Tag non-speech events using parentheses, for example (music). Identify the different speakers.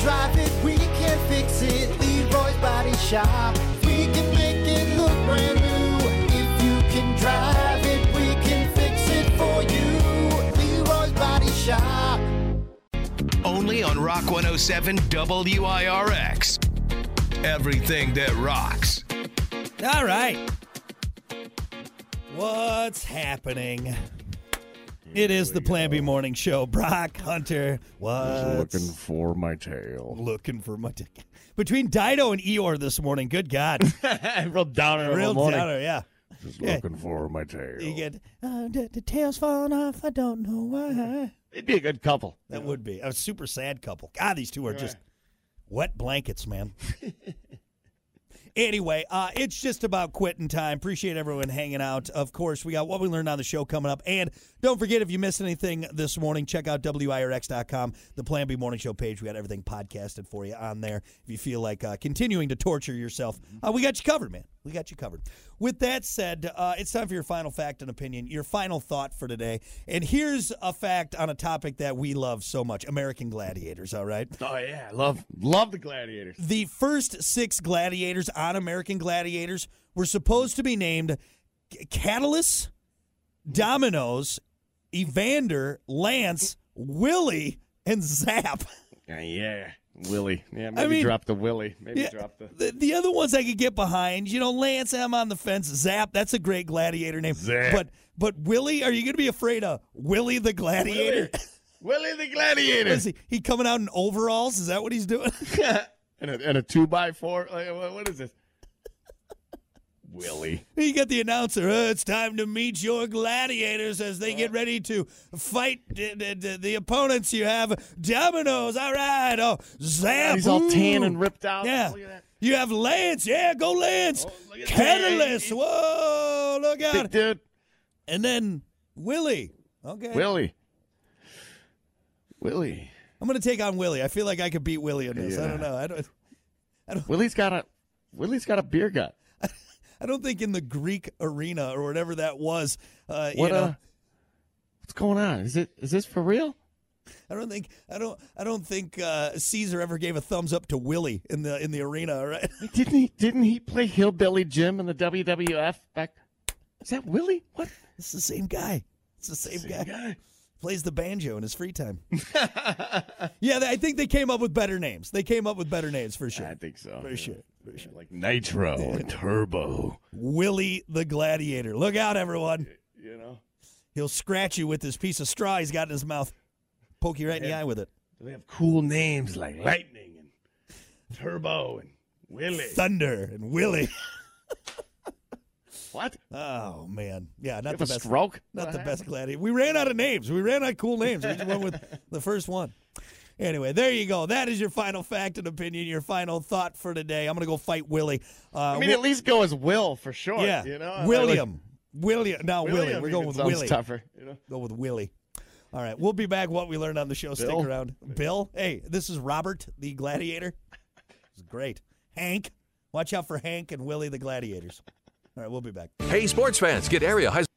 Speaker 1: drive it, we can fix it. Leroy's Body Shop. We can make it look brand new. If you can drive it, we can fix it for you. Leroy's Body Shop.
Speaker 2: Only on Rock 107 WIRX. Everything that rocks.
Speaker 3: All right. What's happening? It is the Plan B Morning Show. Brock Hunter
Speaker 4: Uh,
Speaker 3: was
Speaker 5: looking for my
Speaker 4: (laughs)
Speaker 5: tail.
Speaker 3: looking for my dick. Between Dido and Eeyore this morning, good God.
Speaker 4: Real downer. of a
Speaker 3: Real
Speaker 4: morning.
Speaker 3: downer, yeah.
Speaker 5: Just
Speaker 3: Yeah.
Speaker 5: looking for my tail.
Speaker 3: You get, uh, the, the tail's falling off, I don't know why.
Speaker 4: It'd be a good couple.
Speaker 3: That would be a super sad couple. God, these two are just wet blankets, man. anyway, uh, it's just about quitting time. Appreciate everyone hanging out. Of course, we got what we learned on the show coming up. And don't forget, if you missed anything this morning, check out WIRX.com, the Plan B Morning Show page. We got everything podcasted for you on there. If you feel like uh, continuing to torture yourself, uh, we got you covered, man. We got you covered. With that said, uh, it's time for your final fact and opinion, your final thought for today. And here's a fact on a topic that we love so much American gladiators, all right?
Speaker 4: Oh yeah, I love love the gladiators.
Speaker 3: the first six gladiators on American Gladiators were supposed to be named C- Catalyst, Dominoes, Evander, Lance, Willie, and Zap.
Speaker 4: Uh, yeah, Willie. Yeah, maybe
Speaker 3: mean-
Speaker 4: drop the Willie. Maybe
Speaker 3: Yeah,
Speaker 4: drop the.
Speaker 3: the, the other ones I could get behind, you know, Lance, I'm on the fence. Zap, that's a great gladiator name.
Speaker 4: Zap.
Speaker 3: But but Willie, are you going to be afraid of Willie the Gladiator?
Speaker 4: Willie the (laughs) gladiator.
Speaker 3: (laughs) is he, he coming out in overalls? Is that what he's doing?
Speaker 4: and, a, and a two by four. Like, what- what is this? Willie.
Speaker 3: You got the announcer. "Uh, it's time to meet your gladiators as they get ready to fight d- d- d- the opponents you have. Dominoes. All right. Oh, Zap.
Speaker 4: He's all tan
Speaker 3: Ooh.
Speaker 4: and ripped out.
Speaker 3: Yeah.
Speaker 4: Look at that.
Speaker 3: You have Lance. Yeah, go Lance.
Speaker 4: Oh, look at that.
Speaker 3: Catalyst. Whoa, look
Speaker 4: Big
Speaker 3: out.
Speaker 4: dude.
Speaker 3: And then Willie. Okay.
Speaker 4: Willie. Willie.
Speaker 3: I'm going to take on Willie. I feel like I could beat Willie in this. I
Speaker 4: Yeah.
Speaker 3: don't know. I don't
Speaker 4: Willie's got a. Willie's got a beer gut.
Speaker 3: I don't think in the Greek arena or whatever that was, uh,
Speaker 4: What
Speaker 3: you know,
Speaker 4: uh? What's going on? Is it? Is this for real?
Speaker 3: I don't think I don't I don't think uh, Caesar ever gave a thumbs up to Willie in the in the arena. all Right? (laughs)
Speaker 4: Didn't he? Didn't he play Hillbilly Jim in the WWF back? Is that Willie? What?
Speaker 3: It's the same guy. It's the same, guy. Plays the banjo in his free (laughs) time. yeah, they- I think they came up with better names. They came up with better names for sure.
Speaker 4: I think so.
Speaker 3: For sure. For sure.
Speaker 4: Like Nitro and Turbo.
Speaker 3: Willie the Gladiator. Look out, everyone.
Speaker 4: You know.
Speaker 3: He'll scratch you with this piece of straw he's got in his mouth. Poke you right in the eye with it.
Speaker 4: They have cool names like Lightning and Turbo and Willie.
Speaker 3: Thunder and Willie.
Speaker 4: What?
Speaker 3: Oh man. Yeah, not
Speaker 4: Have
Speaker 3: the
Speaker 4: a
Speaker 3: best.
Speaker 4: stroke?
Speaker 3: Not
Speaker 4: What
Speaker 3: the
Speaker 4: happened?
Speaker 3: best gladiator. We ran out of names. We ran out of cool names. We just went with the first one. Anyway, there you go. That is your final fact and opinion, your final thought for today. I'm going to go fight Willie. Uh,
Speaker 4: I mean, at least go as Will for sure.
Speaker 3: yeah,
Speaker 4: You know. I
Speaker 3: William. William. No,
Speaker 4: like-
Speaker 3: Willie. We're
Speaker 4: even
Speaker 3: going with
Speaker 4: sounds
Speaker 3: Willie.
Speaker 4: Tougher. You know.
Speaker 3: Go with Willie. All right, we'll be back. What we learned on the show.
Speaker 4: Bill.
Speaker 3: Stick around. Bill. Hey, this is Robert the Gladiator. It's great. Hank. Watch out for Hank and Willie the Gladiators. All right, we'll be back.
Speaker 6: Hey, sports fans, get area high